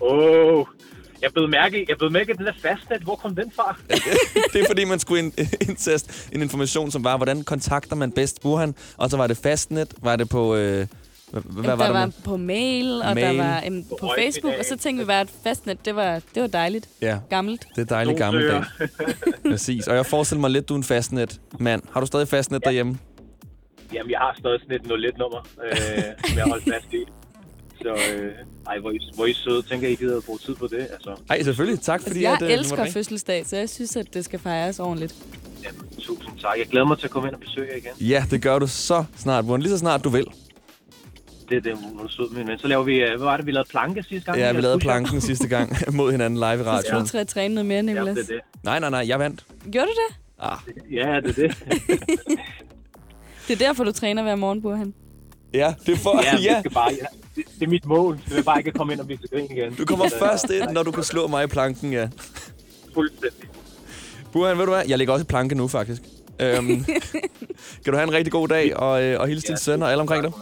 Speaker 17: Åh, oh, jeg blev mærke, jeg blev mærke, at den der fastnet, hvor kom den fra?
Speaker 2: det er fordi, man skulle ind- indteste en information, som var, hvordan kontakter man bedst Wuhan? Og så var det fastnet, var det på... Øh, hvad, hvad var
Speaker 7: Hvad der
Speaker 2: der
Speaker 7: var
Speaker 2: nu?
Speaker 7: på mail, og der
Speaker 2: Mail.
Speaker 7: var um, på Facebook, og så tænkte vi bare, at fastnet, det var, det var dejligt.
Speaker 2: Ja.
Speaker 7: Gammelt.
Speaker 2: Det er dejligt gammelt dag. Præcis. Og jeg forestiller mig lidt, du er en fastnet mand. Har du stadig fastnet ja. derhjemme?
Speaker 17: Jamen, jeg har stadig sådan et 01 nummer, øh, som jeg holdt fast i. Så, øh, ej, hvor I, hvor I søde. Tænker, I gider at bruge tid på det, altså.
Speaker 2: Ej, selvfølgelig. Tak fordi...
Speaker 7: Jeg
Speaker 2: at, øh, du måtte
Speaker 7: elsker
Speaker 2: ringe.
Speaker 7: fødselsdag, så jeg synes, at det skal fejres ordentligt.
Speaker 17: Tusind tak. Jeg glæder mig til at komme ind og besøge jer igen.
Speaker 2: Ja, det gør du så snart, Wuhan. Lige så snart du vil.
Speaker 17: Det er det, hvor du sød, min ven. Så laver vi, øh, hvad var det, vi lavede planke sidste gang?
Speaker 2: Ja, vi lavede
Speaker 17: push-up.
Speaker 2: planken sidste gang mod hinanden live i
Speaker 7: Så skulle
Speaker 2: radioen.
Speaker 7: du træde træne noget mere, Nicolas.
Speaker 2: det. Nej, nej, nej. Jeg vandt.
Speaker 7: Gjorde du det?
Speaker 2: Ah.
Speaker 17: Ja, det er det.
Speaker 7: Det er derfor, du træner hver morgen, Burhan.
Speaker 2: Ja, det er for...
Speaker 17: Ja,
Speaker 2: ja.
Speaker 17: Det, skal bare, ja. Det, det, er mit mål. Jeg vil bare ikke komme ind og blive til grin igen.
Speaker 2: Du kommer
Speaker 17: Så,
Speaker 2: først ind, når du kan slå mig i planken, ja.
Speaker 17: Fuldstændig.
Speaker 2: Burhan, ved du hvad? Jeg ligger også i planke nu, faktisk. Øhm, kan du have en rigtig god dag, og, øh, og hilse din søn og alle omkring dig.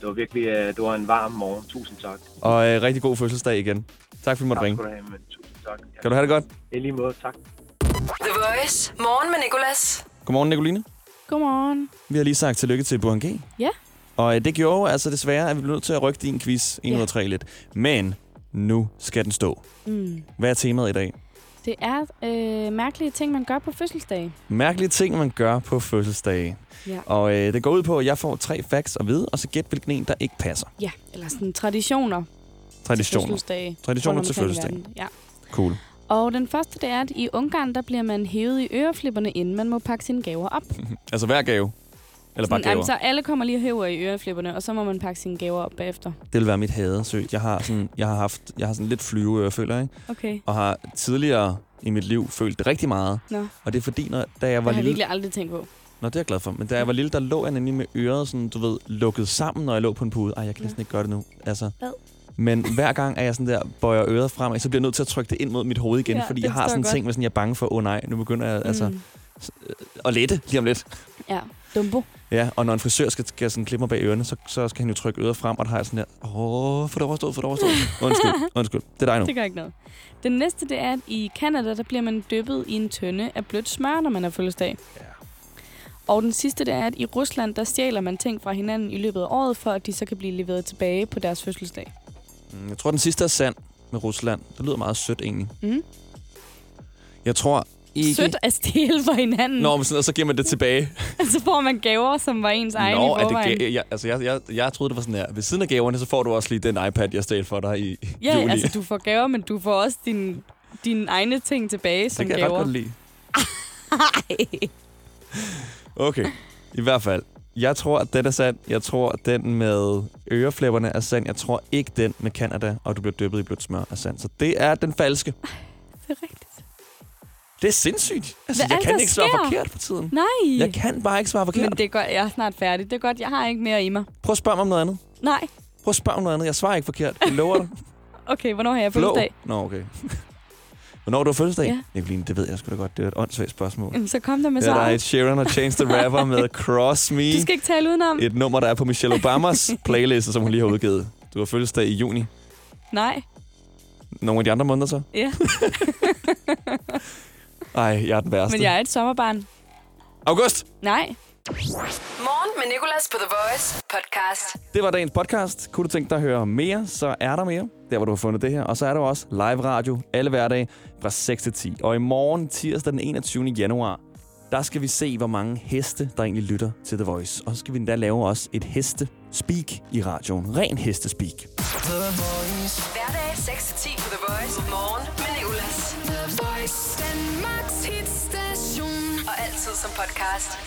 Speaker 17: Det var virkelig øh, det var en varm morgen. Tusind tak.
Speaker 2: Og øh, rigtig god fødselsdag igen. Tak fordi du måtte
Speaker 17: tak
Speaker 2: ringe.
Speaker 17: skal du have, men tusind tak. Ja.
Speaker 2: Kan du have det godt?
Speaker 17: I lige måde, tak.
Speaker 1: The Voice. Morgen med Nicolas.
Speaker 2: Godmorgen, Nicoline.
Speaker 7: Godmorgen.
Speaker 2: Vi har lige sagt tillykke til Burhan G.
Speaker 7: Ja.
Speaker 2: Og øh, det gjorde jo altså desværre, at vi blev nødt til at rykke din quiz 1 ud af 3 lidt. Men nu skal den stå.
Speaker 7: Mm.
Speaker 2: Hvad er temaet i dag?
Speaker 7: Det er øh, mærkelige ting, man gør på fødselsdag.
Speaker 2: Mærkelige ting, man gør på fødselsdage.
Speaker 7: Ja.
Speaker 2: Og øh, det går ud på, at jeg får tre facts at vide, og så gæt, hvilken en, der ikke passer.
Speaker 7: Ja, eller sådan traditioner.
Speaker 2: Traditioner.
Speaker 7: fødselsdage.
Speaker 2: Traditioner
Speaker 7: rundt
Speaker 2: til
Speaker 7: omkring i
Speaker 2: fødselsdag.
Speaker 7: verden. Ja.
Speaker 2: Cool.
Speaker 7: Og den første, det er, at i Ungarn, der bliver man hævet i øreflipperne, inden man må pakke sine gaver op.
Speaker 2: Altså hver gave. Eller bare
Speaker 7: Sådan, jamen,
Speaker 2: gaver.
Speaker 7: så alle kommer lige og hæver i øreflipperne, og så må man pakke sine gaver op bagefter.
Speaker 2: Det vil være mit hadesøgt. Jeg har sådan, jeg har haft, jeg har sådan lidt flyveøre, føler jeg.
Speaker 7: Okay.
Speaker 2: Og har tidligere i mit liv følt det rigtig meget.
Speaker 7: Nå.
Speaker 2: Og det er fordi, når, da jeg
Speaker 7: Det
Speaker 2: var
Speaker 7: har jeg
Speaker 2: lille...
Speaker 7: virkelig aldrig tænkt på.
Speaker 2: Nå, det er jeg glad for. Men da jeg var lille, der lå jeg nemlig med øret sådan, du ved, lukket sammen, når jeg lå på en pude. Ej, jeg kan næsten ikke gøre det nu. Altså.
Speaker 7: Hvad?
Speaker 2: Men hver gang, at jeg sådan der bøjer øret fremad, så bliver jeg nødt til at trykke det ind mod mit hoved igen,
Speaker 7: Ja,
Speaker 2: ja, fordi
Speaker 7: den
Speaker 2: jeg har
Speaker 7: står
Speaker 2: sådan en
Speaker 7: godt.
Speaker 2: ting med sådan, jeg er bange for, åh oh, nej, nu begynder jeg altså
Speaker 7: Mm.
Speaker 2: s- øh, at lette lige om lidt.
Speaker 7: Ja, Dumbo.
Speaker 2: Ja, og når en frisør skal, skal sådan klippe mig bag ørerne, så, så skal han jo trykke øret frem, og der har jeg sådan der, åh, for det overstået, for det overstået. Undskyld, undskyld. Det er dig nu.
Speaker 7: Det gør ikke noget. Den næste, det er, at i Kanada, der bliver man dyppet i en tønde af blødt smør, når man har fødselsdag. Ja. Og den sidste, det er, at i Rusland, der stjæler man ting fra hinanden i løbet af året, for at de så kan blive leveret tilbage på deres fødselsdag.
Speaker 2: Mm, Jeg tror, den sidste er sand med Rusland. Det lyder meget sødt egentlig.
Speaker 7: Mm.
Speaker 2: Jeg tror ikke...
Speaker 7: Sødt at stjæle fra hinanden.
Speaker 2: Nå, men sådan, og så giver man det tilbage.
Speaker 7: Så får man gaver, som var ens egen
Speaker 2: Nå,
Speaker 7: i
Speaker 2: er det
Speaker 7: forvejen.
Speaker 2: ga- jeg, altså, jeg, jeg, jeg troede, det var sådan her. Ved siden af gaverne, så får du også lige den iPad, jeg stjal for dig i
Speaker 7: Ja,
Speaker 2: juli.
Speaker 7: altså du får gaver, men du får også din, dine egne ting tilbage
Speaker 2: det
Speaker 7: som
Speaker 2: kan jeg
Speaker 7: gaver.
Speaker 2: ret godt lide. Okay, i hvert fald. Jeg tror, at den er sand. Jeg tror, at den med øreflipperne er sand. Jeg tror ikke den med Canada, og du bliver dyppet i blødt smør er sand. Så det er den falske. Det er rigtigt. Det er sindssygt. Altså,
Speaker 7: Hvad
Speaker 2: jeg
Speaker 7: alt
Speaker 2: kan
Speaker 7: der
Speaker 2: ikke svare
Speaker 7: sker?
Speaker 2: forkert for tiden.
Speaker 7: Nej.
Speaker 2: Jeg kan bare ikke svare forkert.
Speaker 7: Men det er godt, jeg er snart færdig. Det er godt, jeg har ikke mere i mig.
Speaker 2: Prøv at spørge mig om noget andet.
Speaker 7: Nej.
Speaker 2: Prøv at spørge om noget andet. Jeg svarer ikke forkert. Jeg lover dig.
Speaker 7: Okay, hvornår har jeg
Speaker 2: Flå.
Speaker 7: fødselsdag?
Speaker 2: Nå, okay. Hvornår har du fødselsdag?
Speaker 7: Ja.
Speaker 2: Nicoline, det ved jeg sgu da godt. Det er et åndssvagt spørgsmål.
Speaker 7: Jamen, så kom der med
Speaker 2: det er der
Speaker 7: svaret.
Speaker 2: et Sharon og Change the Rapper med Cross Me.
Speaker 7: Du skal ikke tale udenom.
Speaker 2: Et nummer, der er på Michelle Obamas playliste, som hun lige har udgivet. Du har fødselsdag i juni.
Speaker 7: Nej.
Speaker 2: Nogle af de andre måneder så?
Speaker 7: Ja.
Speaker 2: Ej, jeg er den værste.
Speaker 7: Men jeg er et sommerbarn.
Speaker 2: August!
Speaker 7: Nej.
Speaker 1: Morgen med Nicolas på The Voice podcast.
Speaker 2: Det var dagens podcast. Kunne du tænke dig at høre mere, så er der mere, der hvor du har fundet det her. Og så er der jo også live radio alle hverdage fra 6 til 10. Og i morgen, tirsdag den 21. januar, der skal vi se, hvor mange heste, der egentlig lytter til The Voice. Og så skal vi endda lave også et heste-speak i radioen. Ren heste-speak.
Speaker 1: The Voice. Hverdag 6-10 på The Voice. Morgen med Nicolas. The Voice. Danmarks hitstation. Og altid som podcast.